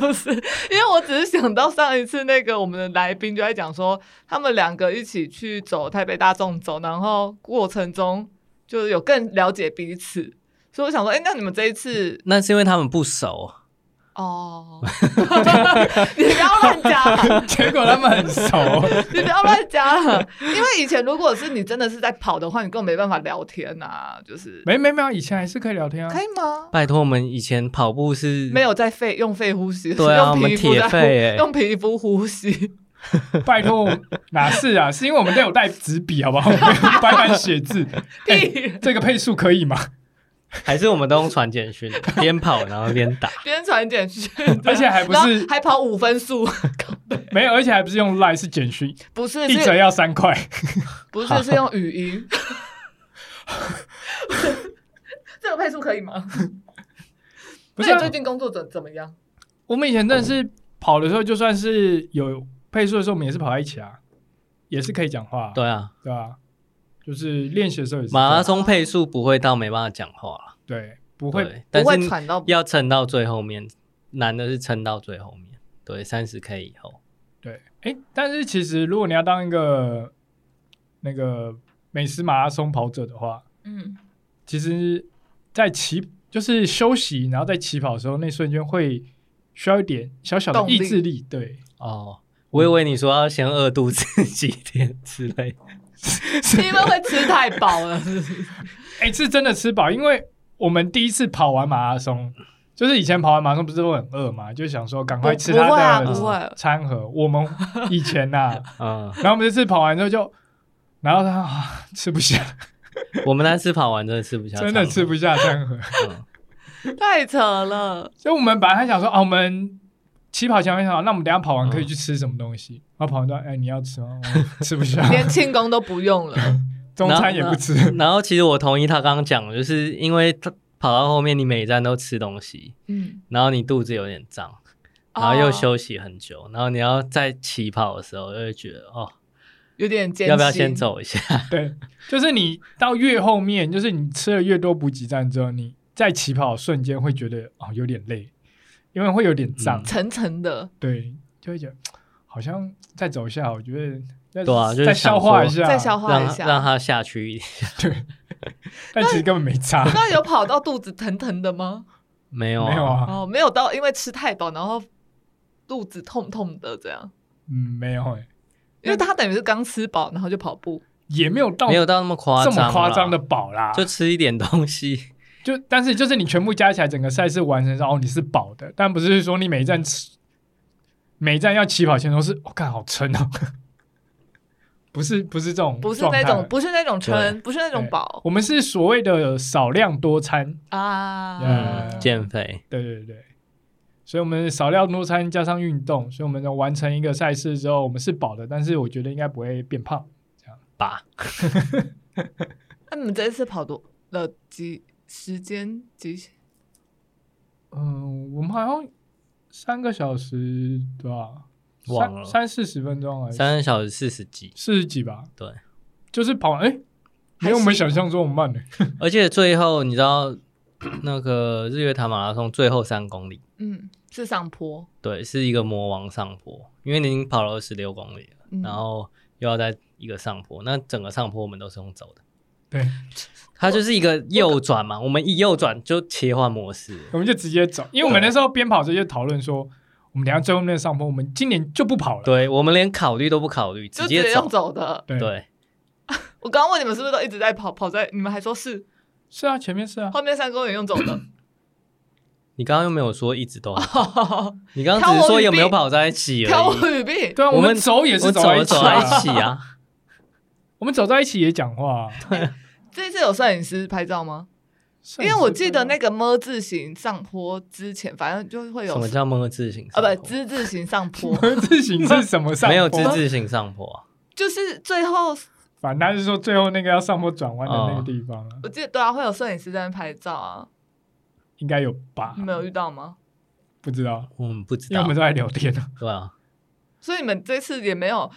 Speaker 2: 不是，因为我只是想到上一次那个我们的来宾就在讲说，他们两个一起去走台北大众走，然后过程中就是有更了解彼此，所以我想说，哎、那你们这一次
Speaker 1: (laughs) 那是因为他们不熟，
Speaker 2: 哦， (laughs) 你不要乱讲，
Speaker 3: (laughs) 结果他们很 (laughs) 熟，
Speaker 2: 你不要乱讲，因为以前如果是你真的是在跑的话，你根本没办法聊天呐、就是
Speaker 3: 没没没有，以前还是可以聊天啊
Speaker 2: 可。以吗？
Speaker 1: 拜托我们以前跑步是
Speaker 2: 没有在肺用肺呼吸，
Speaker 1: 对啊
Speaker 2: 用皮
Speaker 1: 我
Speaker 2: 肤
Speaker 1: 们
Speaker 2: 在
Speaker 1: 铁
Speaker 2: 呼
Speaker 1: 肺欸
Speaker 2: 用皮肤呼吸。
Speaker 3: 拜托，哪是啊？ (laughs) 是因为我们都有带纸笔，好不 (laughs) 好？我们白板写 (laughs) 字，
Speaker 2: 屁
Speaker 3: (laughs) 哎这个配速可以吗？
Speaker 1: 还是我们都用传简
Speaker 2: (laughs)
Speaker 1: 讯，边跑然后边打。
Speaker 2: 边传简讯，啊
Speaker 3: 而且还不
Speaker 2: 然后
Speaker 3: 是
Speaker 2: 还跑五分速，
Speaker 3: 没有，而且还不是用 Line，是简讯，
Speaker 2: 不是
Speaker 3: 一折
Speaker 2: 是，
Speaker 3: 要三块。
Speaker 2: 不是是用语
Speaker 3: (laughs)
Speaker 2: 音。这个配速可以吗？
Speaker 3: 不是
Speaker 2: 那
Speaker 3: 啊
Speaker 2: 你最近工作怎怎么样？
Speaker 3: 我们以前真的是跑的时候，就算是有配速的时候，我们也是跑在一起啊，也是可以讲话啊，
Speaker 1: 对啊，
Speaker 3: 对吧？就是练习的时候也
Speaker 2: 啊
Speaker 3: 是这样
Speaker 1: 马拉松配速不会到没办法讲话了，
Speaker 3: 对，不会
Speaker 1: 对，但
Speaker 2: 不会
Speaker 1: 是
Speaker 2: 喘到
Speaker 1: 要撑到最后面，难的是撑到最后面。对，三十 K 以后，
Speaker 3: 对，哎，但是其实如果你要当一个那个美食马拉松跑者的话，
Speaker 2: 嗯，
Speaker 3: 其实，在起就是休息，然后在起跑的时候，那瞬间会需要一点小小的
Speaker 2: 动力
Speaker 3: 意志力，对，
Speaker 1: 哦，我以为你说要先饿肚子几天之类。
Speaker 3: (laughs)
Speaker 2: 因为会吃太饱了，是不是？
Speaker 3: 哎，是真的吃饱，因为我们第一次跑完马拉松，就是以前跑完马拉松不是都很饿嘛，就想说赶快吃
Speaker 2: 不不会啊
Speaker 3: 它
Speaker 2: 不
Speaker 3: 的
Speaker 2: 会
Speaker 3: 餐盒。我们以前呐、 (laughs)
Speaker 1: 嗯，
Speaker 3: 然后我们这次跑完之后就，然后他、啊、吃不 (laughs) 下，
Speaker 1: 我们那次跑完真的吃不下，
Speaker 3: 真的吃不下餐盒。
Speaker 1: 下。嗯
Speaker 2: 太扯了。
Speaker 3: 所以我们本来还想说，啊，我们起跑前还想，那我们等一下跑完可以去吃什么东 (laughs) 西。然后跑完说，哎，你要吃吗？我吃不下，
Speaker 2: 连庆功都不用了，
Speaker 1: (laughs)
Speaker 3: 中餐也不吃。
Speaker 1: 然后
Speaker 3: (laughs)
Speaker 1: 然后其实我同意他刚刚讲的，就是因为他跑到后面，你每一站都吃东西，
Speaker 2: 嗯，
Speaker 1: 然后你肚子有点胀，
Speaker 2: 哦
Speaker 1: 然后又休息很久，然后你要在起跑的时候，就会觉得哦，
Speaker 2: 有点艰辛。
Speaker 1: 要不要先？
Speaker 2: (laughs)
Speaker 1: 走一下？
Speaker 3: 对，就是你到越后面，就是你吃了越多补给站之后，你在起跑的瞬间会觉得哦有点累，因为会有点胀，
Speaker 1: 嗯
Speaker 2: 层层的，
Speaker 3: 对，就会觉得好像再走一下，我觉得再
Speaker 1: 对啊就是
Speaker 3: 再
Speaker 1: 想
Speaker 3: 消化
Speaker 1: 说
Speaker 3: 一下，
Speaker 2: 再消化
Speaker 1: 让
Speaker 2: 一
Speaker 1: 它
Speaker 2: 下。
Speaker 1: 让它下去一点。
Speaker 3: 但其实根本没差，
Speaker 2: 那有跑到肚子疼疼的
Speaker 1: (laughs)
Speaker 2: 吗？
Speaker 1: 没有、啊，
Speaker 3: 没有啊，
Speaker 2: 哦，没有到，因为吃太饱，然后肚子痛痛的这样。
Speaker 3: 嗯，没有、欸，
Speaker 2: 因为他等于是刚吃饱，然后就跑步，
Speaker 3: 也没有到
Speaker 1: 没有到那么夸
Speaker 3: 这
Speaker 1: 张啦，啊
Speaker 3: 么夸张的饱啦，
Speaker 1: 就吃一点东西。
Speaker 3: 就但是就是你全部加起来，整个赛事完成之后，哦你是饱的，但不是说你每一站吃，每一站要起跑前都是我看、干好撑哦， (laughs) 不是不是这种
Speaker 2: 不是
Speaker 3: 状
Speaker 2: 那
Speaker 3: 态
Speaker 2: 种不是那种
Speaker 1: 对
Speaker 2: 撑，不是那种饱
Speaker 3: 我们是所谓的少量多餐，
Speaker 2: 啊。
Speaker 3: 嗯
Speaker 1: 减肥，
Speaker 3: 对对对，所以我们少量多餐加上运动，所以我们完成一个赛事之后，我们是饱的，但是我觉得应该不会变胖。
Speaker 2: 那你们这一次跑多了几时间几？
Speaker 3: 嗯，我们好像三个小时对吧？
Speaker 1: 忘了
Speaker 3: 三三四十分钟而已，
Speaker 1: 三个小时四十几，
Speaker 3: 四十几吧？
Speaker 1: 对，
Speaker 3: 就是跑完，哎、没
Speaker 2: 还
Speaker 3: 有我
Speaker 2: 行
Speaker 3: 们想象中慢呢、
Speaker 1: 而且最后你知道 (clears throat) 那个日月潭马拉松最后三公里，
Speaker 2: 嗯，是上坡。
Speaker 1: 对，是一个魔王上坡，因为你已经跑了二十六公里了，
Speaker 2: 嗯
Speaker 1: 然后又要在一个上坡，那整个上坡我们都是用走的。
Speaker 3: 对，
Speaker 1: 它就是一个右转
Speaker 2: 哦
Speaker 1: 嘛，我们一右转就切换模式。
Speaker 3: 我们就直接走，因为我们那时候边跑着就讨论说，我们等一下最后面上坡，我们今年就不跑了。
Speaker 1: 对，我们连考虑都不考虑，
Speaker 2: 就
Speaker 1: 直
Speaker 2: 直接
Speaker 1: 接
Speaker 2: 用
Speaker 1: 走。
Speaker 2: 走的。
Speaker 3: 对
Speaker 1: 对，
Speaker 2: 我刚刚问你们是不是都一直在跑，跑在你们还说是，
Speaker 3: 是啊，前面是啊，
Speaker 2: 后面三公里用走的。
Speaker 1: 你刚刚又没有说一直
Speaker 2: (laughs)
Speaker 1: 都好，
Speaker 2: 挑
Speaker 1: 你刚刚只是说有没有跑在一起而已。
Speaker 2: 我语病，
Speaker 3: 对啊，我
Speaker 1: 我
Speaker 3: 们
Speaker 1: 们
Speaker 3: 走也
Speaker 1: 我
Speaker 3: 是
Speaker 1: 走
Speaker 3: 在
Speaker 1: 了
Speaker 3: 一起、
Speaker 1: 走
Speaker 3: 啊，
Speaker 1: 在一起，
Speaker 2: (laughs)
Speaker 1: 啊，
Speaker 3: 我们走在一起也讲话、啊。
Speaker 2: 这一次有摄影师拍照吗？因为我记得
Speaker 3: (laughs)
Speaker 2: 那个么字形上坡之前，反正就会有
Speaker 1: 什么叫么字形上
Speaker 2: 啊
Speaker 1: 坡？
Speaker 2: 不之字形
Speaker 1: (laughs)
Speaker 2: 上坡，
Speaker 3: 自行是什么上坡？
Speaker 1: 没有之字形上坡啊，
Speaker 2: 就是最后
Speaker 3: 反正他是说最后那个要上坡转弯的那个地方啊，
Speaker 1: 哦
Speaker 2: 我记得对啊，会有摄影师在那边拍照啊，
Speaker 3: 应该有吧？
Speaker 2: 你们有遇到吗？
Speaker 3: 不知道，
Speaker 1: 我们不知
Speaker 3: 因为
Speaker 1: 道
Speaker 3: 我们，都在聊天啊。
Speaker 1: 对啊，
Speaker 2: 所以你们这次也没有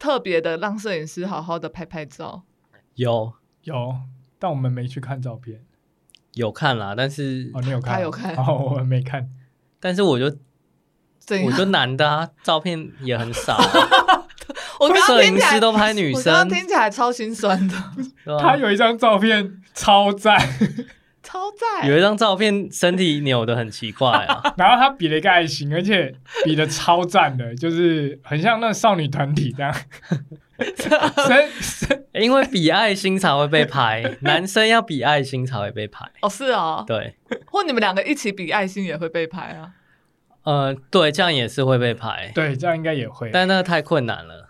Speaker 2: 特别的让摄影师好好的拍拍照，
Speaker 1: 有
Speaker 3: 有，但我们没去看照片。
Speaker 1: 有看啦，但是
Speaker 3: 哦，你有看？
Speaker 2: 他有看
Speaker 3: 哦，我没看。
Speaker 1: 但是我就
Speaker 2: 怎
Speaker 1: 我
Speaker 2: 样？
Speaker 1: 就男的啊，照片也很少啊，
Speaker 2: 我刚刚
Speaker 1: 摄
Speaker 2: 听
Speaker 1: 影
Speaker 2: 起来
Speaker 1: 师，都拍女
Speaker 2: 我
Speaker 1: 生
Speaker 2: 刚，刚听起来超心酸的， (laughs)
Speaker 1: 对啊
Speaker 3: 他有一张照片超赞，
Speaker 2: 超赞，
Speaker 1: 有一张照片身体扭的很奇怪啊，
Speaker 3: 然后他比了一个爱心，而且比的超赞的，就是很像那少女团体这
Speaker 2: (laughs)
Speaker 3: 样。身身
Speaker 1: 因为比爱心才会被拍，男生要比爱心才会被拍，
Speaker 2: 哦是哦，
Speaker 1: 对，
Speaker 2: 或你们两个一起比爱心也会被拍啊，
Speaker 1: 呃，对，这样也是会被拍，
Speaker 3: 对，这样应该也会。
Speaker 1: 但那太困难了，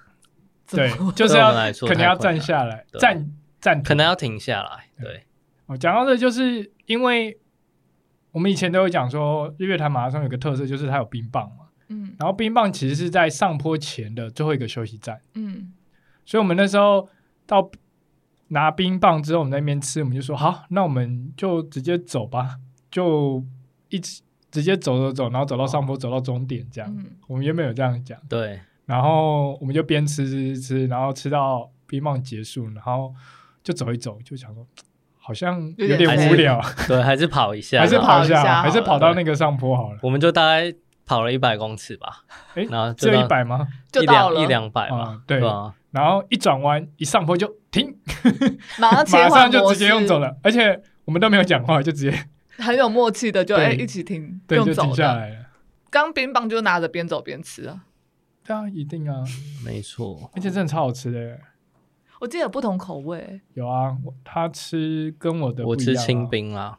Speaker 2: 怎么
Speaker 3: 对，就是
Speaker 1: 对
Speaker 3: 要
Speaker 1: 我们来说
Speaker 3: 可能要
Speaker 1: 太困难
Speaker 3: 站下来，
Speaker 1: 对
Speaker 3: 站站
Speaker 1: 可能要停下来，对，
Speaker 3: 我讲到这，就是因为我们以前都有讲说，日月潭马拉松有个特色就是它有冰棒嘛，
Speaker 2: 嗯
Speaker 3: 然后冰棒其实是在上坡前的最后一个休息站，
Speaker 2: 嗯
Speaker 3: 所以我们那时候到拿冰棒之后，我们在那边吃，我们就说好，那我们就直接走吧，就一直直接走走走，然后走到上坡，走到终点这样。
Speaker 2: 嗯，
Speaker 3: 我们原本有这样讲，
Speaker 1: 对，
Speaker 3: 然后我们就边吃吃吃，然后吃到冰棒结束，然后就走一走，就想说好像
Speaker 2: 有
Speaker 3: 有
Speaker 2: 点
Speaker 3: 点无
Speaker 1: 累
Speaker 3: 聊。
Speaker 1: 对，还是跑一下，
Speaker 3: (laughs) 还是跑一
Speaker 2: 跑一下
Speaker 3: 下，
Speaker 2: 好
Speaker 3: 还是
Speaker 2: 了
Speaker 3: 跑到那个上坡好了。
Speaker 1: 我们就大概跑了一百公尺吧，
Speaker 3: 诶
Speaker 1: 然后
Speaker 3: 只
Speaker 1: 就
Speaker 2: 啊
Speaker 3: 有
Speaker 1: 到
Speaker 3: 一百吗？
Speaker 2: 就
Speaker 1: 一
Speaker 2: 到
Speaker 1: 两
Speaker 2: 了，
Speaker 1: 一两百吧
Speaker 3: 啊，，对。
Speaker 1: 吧？
Speaker 3: 然后一转弯，一上坡就停，
Speaker 2: (laughs) 马上切
Speaker 3: 马
Speaker 2: 换
Speaker 3: 上就
Speaker 2: 模
Speaker 3: 直接用
Speaker 2: 式
Speaker 3: 走了，而且我们都没有讲话，就直接
Speaker 2: 很有默契的就
Speaker 3: 对
Speaker 2: 哎、一起停，
Speaker 3: 对就
Speaker 2: 用走
Speaker 3: 停下
Speaker 2: 的。
Speaker 3: 来了。
Speaker 2: 刚冰棒就拿着边走边吃啊，
Speaker 3: 对啊，一定
Speaker 2: 哦
Speaker 3: 啊，
Speaker 1: 没错，
Speaker 3: 而且真的超好吃的。
Speaker 2: 我记得有不同口味，
Speaker 3: 有啊，我他吃跟我的不
Speaker 1: 我
Speaker 3: 一
Speaker 1: 吃
Speaker 3: 样啊
Speaker 1: 清，冰啦，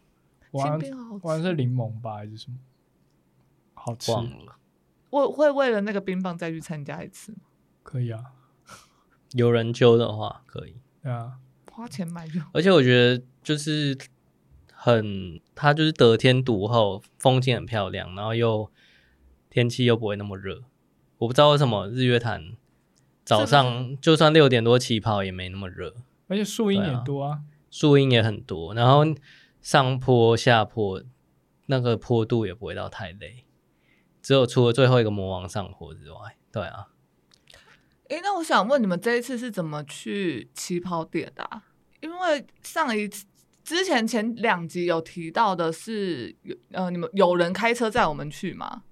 Speaker 3: 我好
Speaker 2: 清冰
Speaker 3: 像
Speaker 2: 好
Speaker 3: 我好像
Speaker 2: 吃。
Speaker 3: 是柠檬吧还是什么，好吃，
Speaker 1: 忘了。
Speaker 2: 我会为了那个冰棒再去参加一次吗，
Speaker 3: 可以啊，
Speaker 1: 有人揪的话可以，
Speaker 3: 对啊，
Speaker 2: 花钱买就好。
Speaker 1: 而且我觉得就是很，它就是得天独厚，风景很漂亮，然后又天气又不会那么热。我不知道为什么日月潭早上就算六点多起跑也没那么热，
Speaker 3: 而且树荫
Speaker 1: 对啊
Speaker 3: 也多啊，
Speaker 1: 树荫也很多，然后上坡下坡那个坡度也不会到太累，只有除了最后一个魔王上坡之外，对啊，
Speaker 2: 诶，那我想问你们这一次是怎么去起跑点的、啊？因为上一次之前前两集有提到的是，有呃，你们有人开车载我们去吗？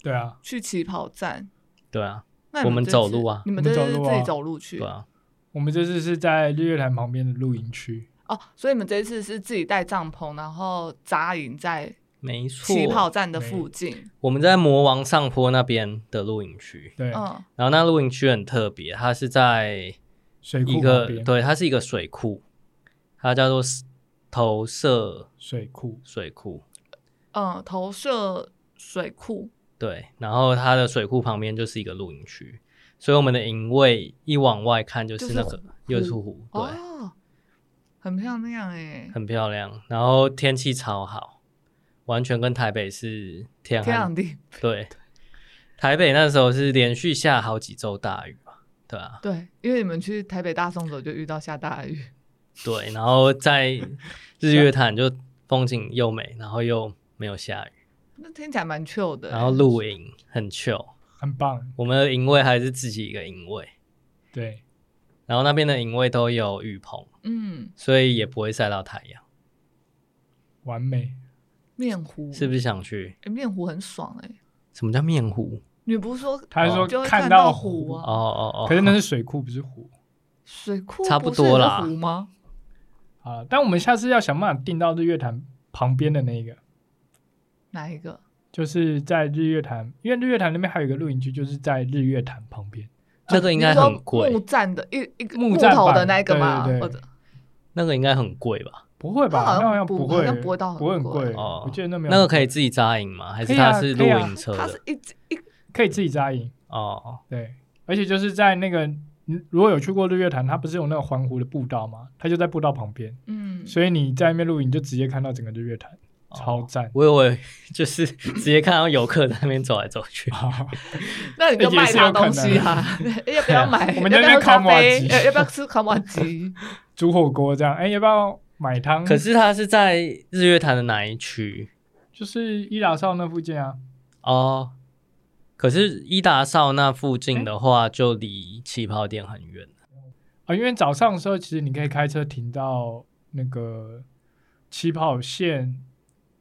Speaker 3: 对啊，
Speaker 2: 去起跑站？
Speaker 1: 对啊，
Speaker 2: 那你
Speaker 1: 我们
Speaker 2: 这
Speaker 1: 走
Speaker 2: 次
Speaker 1: 路啊
Speaker 2: 你们
Speaker 3: 我
Speaker 2: 这
Speaker 3: 们
Speaker 2: 是
Speaker 3: 走路
Speaker 2: 自己
Speaker 3: 啊
Speaker 2: 走路去？
Speaker 1: 对啊，
Speaker 3: 我们这次是在日月潭旁边的露营区，
Speaker 2: 哦，所以你们这一次是自己带帐篷，然后扎营在
Speaker 1: 没错。
Speaker 2: 起跑站的附近。
Speaker 1: 我们在魔王上坡那边的露营区，
Speaker 3: 对，
Speaker 2: 嗯，
Speaker 1: 然后那露营区很特别，它是在
Speaker 3: 水
Speaker 1: 一
Speaker 3: 库
Speaker 1: 个
Speaker 3: 旁边，
Speaker 1: 对，它是一个水库，它叫做投射
Speaker 3: 水库
Speaker 1: 水库，
Speaker 2: 嗯，投射水库，
Speaker 1: 对，然后它的水库旁边就是一个露营区，所以我们的营位一往外看就
Speaker 2: 就是是
Speaker 1: 那个
Speaker 2: 湖
Speaker 1: 又是湖，对，
Speaker 2: 哦，很漂亮哎、
Speaker 1: 很漂亮，然后天气超好，完全跟台北是天
Speaker 2: 天
Speaker 1: 寒
Speaker 2: 壤地
Speaker 1: 对，台北那时候是连续下好几周大雨吧，对啊，
Speaker 2: 对，因为你们去台北大送走就遇到下大雨， (laughs)
Speaker 1: 对，然后
Speaker 3: (laughs)
Speaker 1: 在日
Speaker 3: 啊
Speaker 1: 月潭就风景又美，然后又没有下雨，
Speaker 2: 那听起来蛮 chill 的欸、
Speaker 1: 然后露营很 chill，
Speaker 3: 很棒，
Speaker 1: 我们的营位还是自己一个营位，
Speaker 3: 对，
Speaker 1: 然后那边的营位都有雨棚，
Speaker 2: 嗯，
Speaker 1: 所以也不会晒到太阳，
Speaker 3: 完美。
Speaker 2: 面糊
Speaker 1: 是不是想去？
Speaker 2: 欸面糊很爽哎、
Speaker 1: 什么叫面湖？
Speaker 2: 你不是说
Speaker 3: 他
Speaker 1: 哦
Speaker 3: 说
Speaker 2: 就会
Speaker 3: 看
Speaker 2: 到
Speaker 3: 湖
Speaker 2: 湖，
Speaker 1: 哦
Speaker 2: 啊？
Speaker 1: 哦哦，
Speaker 3: 可是那是水库，不是湖
Speaker 2: 水库
Speaker 1: 差不
Speaker 2: 是有
Speaker 1: 多
Speaker 2: 个
Speaker 1: 啦
Speaker 2: 湖吗？
Speaker 3: 啊。但我们下次要想办法订到日月潭旁边的那一个，
Speaker 2: 哪一个？
Speaker 3: 就是在日月潭，因为日月潭那边还有一个露营区，就是在日月潭旁边。
Speaker 1: 那个应该
Speaker 2: 你是说
Speaker 1: 很贵
Speaker 2: 木栈的一一个
Speaker 3: 木
Speaker 2: 木
Speaker 3: 栈
Speaker 2: 头的
Speaker 3: 版
Speaker 2: 那个
Speaker 3: 对
Speaker 2: 吗？
Speaker 3: 对对
Speaker 2: 或者
Speaker 1: 那个应该很贵吧？
Speaker 3: 不会吧？
Speaker 2: 那好像
Speaker 3: 那好像
Speaker 2: 不好
Speaker 3: 会
Speaker 2: 像，不会到很
Speaker 3: 不会很
Speaker 2: 贵
Speaker 3: 贵。
Speaker 1: 哦
Speaker 3: 我记得那没有
Speaker 1: 那个可以自己扎营吗？还是
Speaker 3: 可以啊
Speaker 1: 它是露
Speaker 3: 可以啊
Speaker 1: 营车
Speaker 2: 它是
Speaker 1: 的？
Speaker 2: 一一
Speaker 3: 可以自己扎营，
Speaker 1: 哦，
Speaker 3: 对。而且就是在那个，嗯如果有去过日月潭，它不是有那个环湖的步道吗？它就在步道旁边，
Speaker 2: 嗯，
Speaker 3: 所以你在那边露营就直接看到整个日月潭，
Speaker 1: 哦
Speaker 3: 超赞。
Speaker 1: 我以为就是直接看到游客在那边走来走去。
Speaker 3: 哦
Speaker 2: 那你就
Speaker 3: 也
Speaker 2: 卖
Speaker 3: 是
Speaker 2: 他
Speaker 3: 有可
Speaker 2: 东西
Speaker 3: 能
Speaker 2: 啊？ (laughs) 要不要买？
Speaker 3: 我
Speaker 2: 要不
Speaker 3: 们在那边
Speaker 2: 要喝咖
Speaker 3: 烤马
Speaker 2: 啡？
Speaker 3: 吉
Speaker 2: 要要不要吃烤马鸡？
Speaker 3: (laughs) 煮火锅这样，哎、要不要买汤？
Speaker 1: 可是它是在日月潭的哪一区？
Speaker 3: 就是伊达少那附近啊，
Speaker 1: 哦，可是伊达邵那附近的话，就离起跑点很远。
Speaker 3: 啊，因为早上的时候其实你可以开车停到那个起跑线，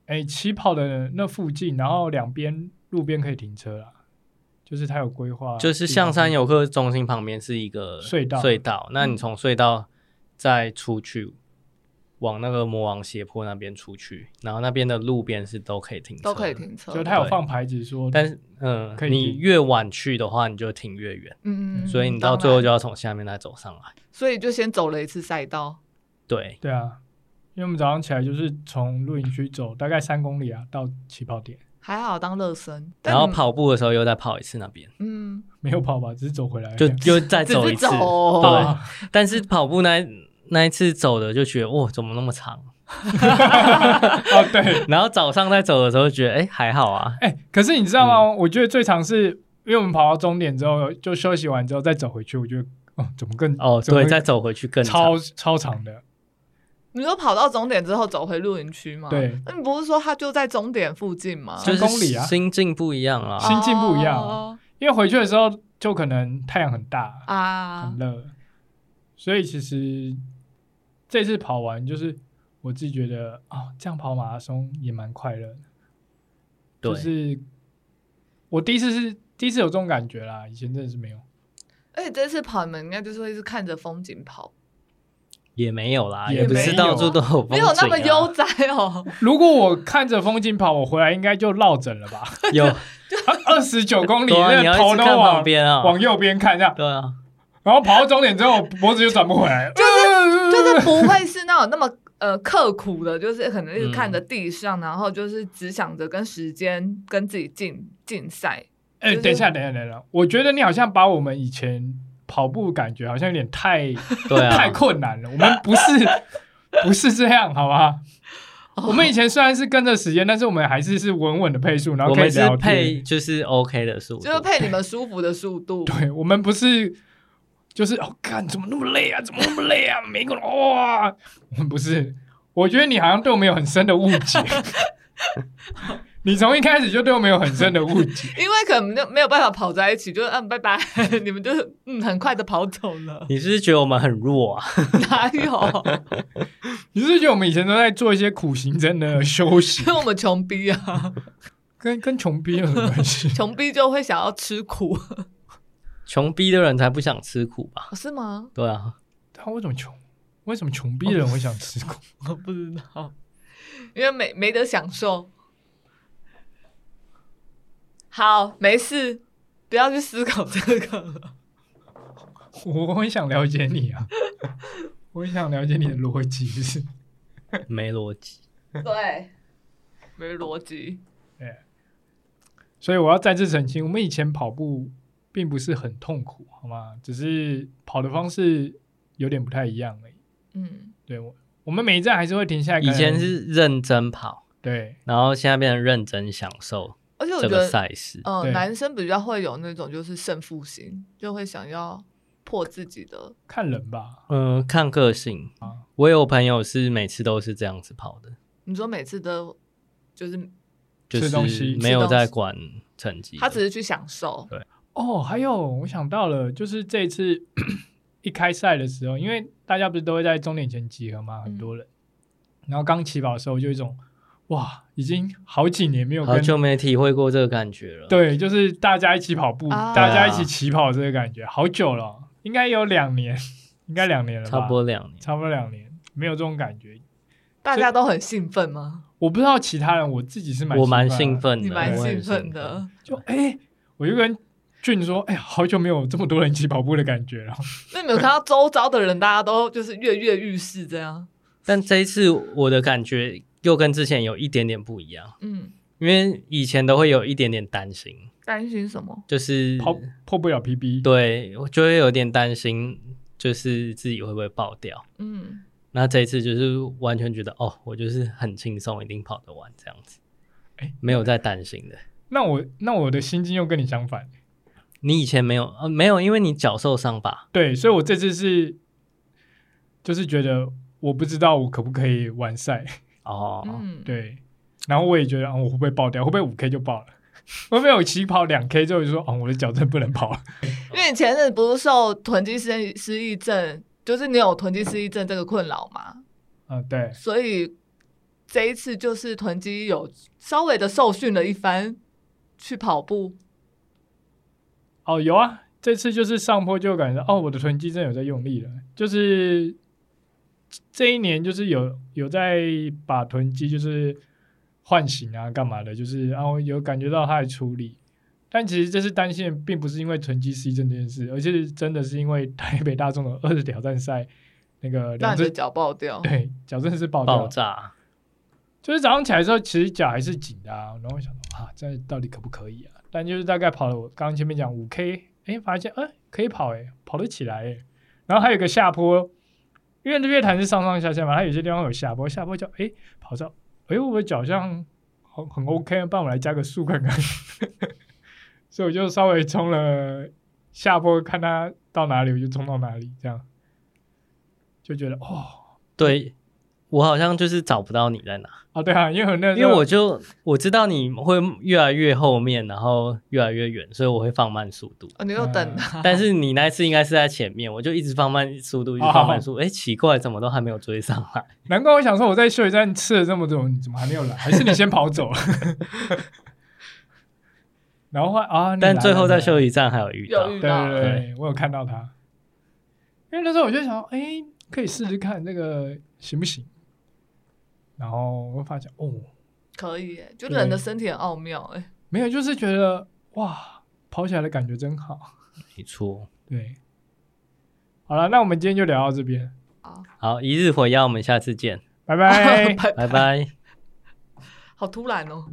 Speaker 3: 哎、起跑的那附近，然后两边路边可以停车啦，就是它有规划，
Speaker 1: 就是象山游客中心旁边是一个
Speaker 3: 隧道
Speaker 1: 隧道。那你从隧道再出去，往那个魔王斜坡那边出去，然后那边的路边是都可以停车，
Speaker 2: 都可以。停车
Speaker 3: 就
Speaker 2: 的，
Speaker 3: 它有放牌子说，
Speaker 1: 但是，嗯
Speaker 3: 可，以
Speaker 1: 你
Speaker 3: 停
Speaker 1: 越晚去的话，你就停越远，
Speaker 2: 嗯嗯，
Speaker 1: 所以你到
Speaker 2: 当
Speaker 1: 最后
Speaker 2: 然
Speaker 1: 就要从下面再走上来。
Speaker 2: 所以就先走了一次赛道，
Speaker 1: 对，
Speaker 3: 对啊，因为我们早上起来就是从露营区走大概三公里啊到起跑点，
Speaker 2: 还好当热身，但
Speaker 1: 然后
Speaker 2: 你，
Speaker 1: 跑步的时候又再跑一次那边，
Speaker 2: 嗯，
Speaker 3: 没有跑吧，只是走回来而已，
Speaker 2: 哎
Speaker 1: 就又再走一次
Speaker 2: 只。是走
Speaker 1: 对，但是跑步那一那一次走的就觉得哇，怎么那么长？
Speaker 3: (laughs) 哦对，
Speaker 1: 然后早上在走的时候觉得哎、还好啊，
Speaker 3: 哎、可是你知道
Speaker 1: 嗯
Speaker 3: 吗？我觉得最常是因为我们跑到终点之后，就休息完之后再走回去，我觉得哦，怎么更
Speaker 1: 哦
Speaker 3: 怎么
Speaker 1: 对，
Speaker 3: 会
Speaker 1: 再走回去更
Speaker 3: 超
Speaker 1: 长。
Speaker 3: 超长的，
Speaker 2: 你说跑到终点之后走回露营区
Speaker 1: 嗯
Speaker 2: 吗？
Speaker 3: 对，
Speaker 2: 那你不是说它就在终点附近吗？
Speaker 1: 就
Speaker 3: 三公里
Speaker 1: 是
Speaker 3: 啊
Speaker 1: 心境不一样啊。
Speaker 3: 心境不一样
Speaker 2: 哦
Speaker 3: 因为回去的时候就可能太阳很大，
Speaker 2: 啊
Speaker 3: 很，热，所以其实这次跑完就是我自己觉得哦，这样跑马拉松也蛮快乐的，就
Speaker 1: 对，
Speaker 3: 是我第一次是第一次有这种感觉啦，以前真的是没有，
Speaker 2: 而且这次跑你们应该就是会是看着风景跑，
Speaker 1: 也没有啦，
Speaker 3: 也啊
Speaker 1: 也不
Speaker 2: 没
Speaker 1: 是
Speaker 2: 有
Speaker 1: 到处都有风
Speaker 2: 没
Speaker 1: 景
Speaker 2: 有那么悠
Speaker 1: 啊。
Speaker 2: 哉哦。
Speaker 3: 如果我看着风景跑，我回来应该就落枕了吧？ (laughs)
Speaker 1: 有
Speaker 3: 二十
Speaker 1: (laughs)
Speaker 3: 九公里，
Speaker 1: 对啊，你
Speaker 3: 那
Speaker 1: 要一
Speaker 3: 头
Speaker 1: 直
Speaker 3: 都
Speaker 1: 看
Speaker 3: 往
Speaker 1: 旁边啊。
Speaker 3: 往右边看这样，
Speaker 1: 对啊，
Speaker 3: 然后跑到终点之后，脖子就转不回来，呃就是
Speaker 2: 就是 (laughs) 不会是那种那么呃刻苦的，就是可能一直看着地上，然后就是只想着跟时间跟自己竞竞赛。
Speaker 3: 哎、
Speaker 2: 就是
Speaker 3: 等一下，等一下，等一下，我觉得你好像把我们以前跑步感觉好像有点太、
Speaker 1: 对啊
Speaker 3: (laughs) 太困难了，我们
Speaker 2: (laughs)
Speaker 3: 不是不是这样，好吧？
Speaker 2: 哦
Speaker 3: 我们以前虽然是跟着时间，但是我们还是是稳稳的配速，然后
Speaker 1: 我
Speaker 3: 可以
Speaker 1: 们是
Speaker 3: 聊
Speaker 1: 配
Speaker 3: 天。
Speaker 1: 就是 OK 的速度，
Speaker 2: 就是配你们舒服的速度。
Speaker 3: 对，我们不是就是哦，看怎么那么累啊，怎么那么累啊，每个
Speaker 2: (laughs)
Speaker 3: 人哇，我们不是。我觉得你好像对我们有很深的误解。你从一开始就对我们有很深的误解。
Speaker 2: 因为可能就没有办法跑在一起，就嗯拜拜， (laughs) 你们就嗯很快的跑走 (laughs) 了，
Speaker 1: 你是不是觉得我们很弱啊？
Speaker 2: 哪有？ (laughs)
Speaker 3: 你是不是觉得我们以前都在做一些苦行僧的修行
Speaker 2: 因，为我们穷逼啊，？
Speaker 3: 跟跟穷逼有什么
Speaker 1: (laughs)
Speaker 3: 关系
Speaker 2: 穷逼就会想要吃苦， (laughs)
Speaker 1: 穷逼的人才不想吃苦吧？
Speaker 2: 是吗？
Speaker 1: 对啊，
Speaker 3: 他为什么穷？为什么穷
Speaker 1: 哦
Speaker 3: 逼的人会想吃苦？
Speaker 2: 我不知道， (laughs) 因为没没得享受。好，没事，不要去思考这个了。
Speaker 3: 我很想了解你啊，我很想了解你的逻辑是。 (laughs)
Speaker 1: 没逻辑。 (laughs)
Speaker 2: 对，没逻辑。
Speaker 3: 所以我要再次澄清，我们以前跑步并不是很痛苦，好吗？只是跑的方式有点不太一样而已。
Speaker 2: 嗯，
Speaker 3: 对我，我们每一站还是会停下来
Speaker 1: 以
Speaker 3: 跟人。
Speaker 1: 前是认真跑，
Speaker 3: 对
Speaker 1: 然后现在变成认真享受
Speaker 2: 而且我
Speaker 1: 这
Speaker 2: 觉
Speaker 1: 个
Speaker 2: 得，
Speaker 1: 赛事。
Speaker 2: 呃，
Speaker 3: 对
Speaker 2: 男生比较会有那种就是胜负心，就会想要破自己的。
Speaker 3: 看人吧，
Speaker 1: 嗯、看个性
Speaker 3: 啊。
Speaker 1: 我有朋友是每次都是这样子跑的，
Speaker 2: 你说每次都就是
Speaker 1: 就
Speaker 3: 吃东西
Speaker 1: 是没有在管成绩的。
Speaker 2: 他只是去享受，
Speaker 3: 哦，还有我想到了，就是这一次一开赛的时候，因为大家不是都会在终点前集合嘛，很多人。然后刚起跑的时候，就有一种哇，已经好几年没有
Speaker 1: 好
Speaker 3: 跟
Speaker 1: 久没体会过这个感觉了。，
Speaker 3: 对，啊就是大家一起跑步，
Speaker 2: 啊
Speaker 3: 大家一起起跑这个感觉，好久了，应该有两年，应该两年了吧，
Speaker 1: 差不多两年。
Speaker 3: 差不多两年没有这种感觉。
Speaker 2: 大家都很兴奋吗？
Speaker 3: 我不知道其他人，我自己是蛮
Speaker 1: 我蛮
Speaker 3: 兴
Speaker 1: 兴
Speaker 3: 奋
Speaker 1: 奋的，
Speaker 2: 你蛮
Speaker 1: 我很
Speaker 2: 兴奋
Speaker 1: 奋
Speaker 2: 的。，
Speaker 3: 的，就哎、我就跟俊说，哎、呀，好久没有这么多人一起跑步的感觉了。
Speaker 2: 那你有看到周遭的人，大家都就是跃跃欲试这样？
Speaker 1: 但这一次我的感觉又跟之前有一点点不一样，
Speaker 2: 嗯，
Speaker 1: 因为以前都会有一点点担心，
Speaker 2: 担心什么？
Speaker 1: 就是
Speaker 3: 跑破不了 PB，
Speaker 1: 对我就会有点担心，就是自己会不会爆掉。
Speaker 2: 嗯，
Speaker 1: 那这一次就是完全觉得哦，我就是很轻松，一定跑得完这样子，
Speaker 3: 哎
Speaker 1: 没有在担心的。
Speaker 3: 那我那我的心境又跟你相反，
Speaker 1: 你以前没有，呃，没有，因为你脚受伤吧？
Speaker 3: 对，所以我这次是就是觉得我不知道我可不可以完赛，
Speaker 1: 哦，
Speaker 2: 嗯，
Speaker 3: 对，然后我也觉得，啊，我会不会爆掉？会不会五 K 就爆了？ (laughs) 会不会我起跑两 K 之后就说，哦、我的脚真的不能跑了？ (laughs)
Speaker 2: 因为你前阵子不是受囤积失失忆症，就是你有囤积失忆症这个困扰嘛，
Speaker 3: 嗯，对，
Speaker 2: 所以这一次就是囤积有稍微的受训了一番，去跑步。
Speaker 3: 哦，有啊，这次就是上坡就感觉，哦，我的臀肌真的有在用力了，就是这一年就是有有在把臀肌就是唤醒啊，干嘛的，就是然后、有感觉到它的出力。但其实这次担心的并不是因为臀肌失忆症这件事，而是真的是因为台北大众的二十挑战赛那
Speaker 2: 让
Speaker 3: 个两
Speaker 2: 你的
Speaker 3: 只
Speaker 2: 脚爆掉，
Speaker 3: 对脚真的是爆掉
Speaker 1: 爆炸，
Speaker 3: 就是早上起来的时候，其实脚还是紧的、啊，然后我想说啊，这到底可不可以啊？但就是大概跑了，我刚刚前面讲五 K，哎，发现哎、可以跑哎、跑得起来哎、然后还有一个下坡，因为日月潭是上上下下嘛，它有些地方有下坡，下坡就哎、跑到哎、我的脚好像很很 OK，帮我啊来加个速看看。 (laughs) 所以我就稍微冲了下坡，看它到哪里我就冲到哪里，这样就觉得哦
Speaker 1: 对我好像就是找不到你在哪，
Speaker 3: 哦对啊，因为我那时
Speaker 1: 因为
Speaker 3: 候
Speaker 1: 我就我知道你会越来越后面，然后越来越远，所以我会放慢速
Speaker 3: (laughs)
Speaker 1: 度。
Speaker 2: 哦，你
Speaker 3: 呃
Speaker 2: 又
Speaker 3: 嗯
Speaker 2: 等他，
Speaker 1: 但是你那次应该是在前面，我就一直放慢速
Speaker 3: 哦
Speaker 1: 度，一直放慢速度。哎、奇怪，怎么都还没有追上来？
Speaker 3: 难怪我想说，我在休息站吃了这么多，你怎么还没有来？还是你先跑走了？ (laughs) 然后后来 (laughs) 啊，你来
Speaker 1: 但
Speaker 3: 了
Speaker 1: 最后在
Speaker 3: 你来
Speaker 1: 休
Speaker 3: 了
Speaker 1: 息站还有遇到
Speaker 2: 又遇
Speaker 3: 对
Speaker 2: 到
Speaker 3: 对对对，我有看到他。因为那时候我就想，哎、可以试试看这个行不行？然后我发现，哦，
Speaker 2: (laughs) 可以耶，就
Speaker 3: 对
Speaker 2: 人的身体很奥妙哎，
Speaker 3: 没有，就是觉得哇，跑起来的感觉真好。
Speaker 1: 没错。
Speaker 3: 对，好了，那我们今天就聊到这边，
Speaker 1: 好，一 (laughs) 日火药，我们下次见，
Speaker 3: 拜拜。
Speaker 1: 拜拜。
Speaker 2: (laughs) 好突然哦。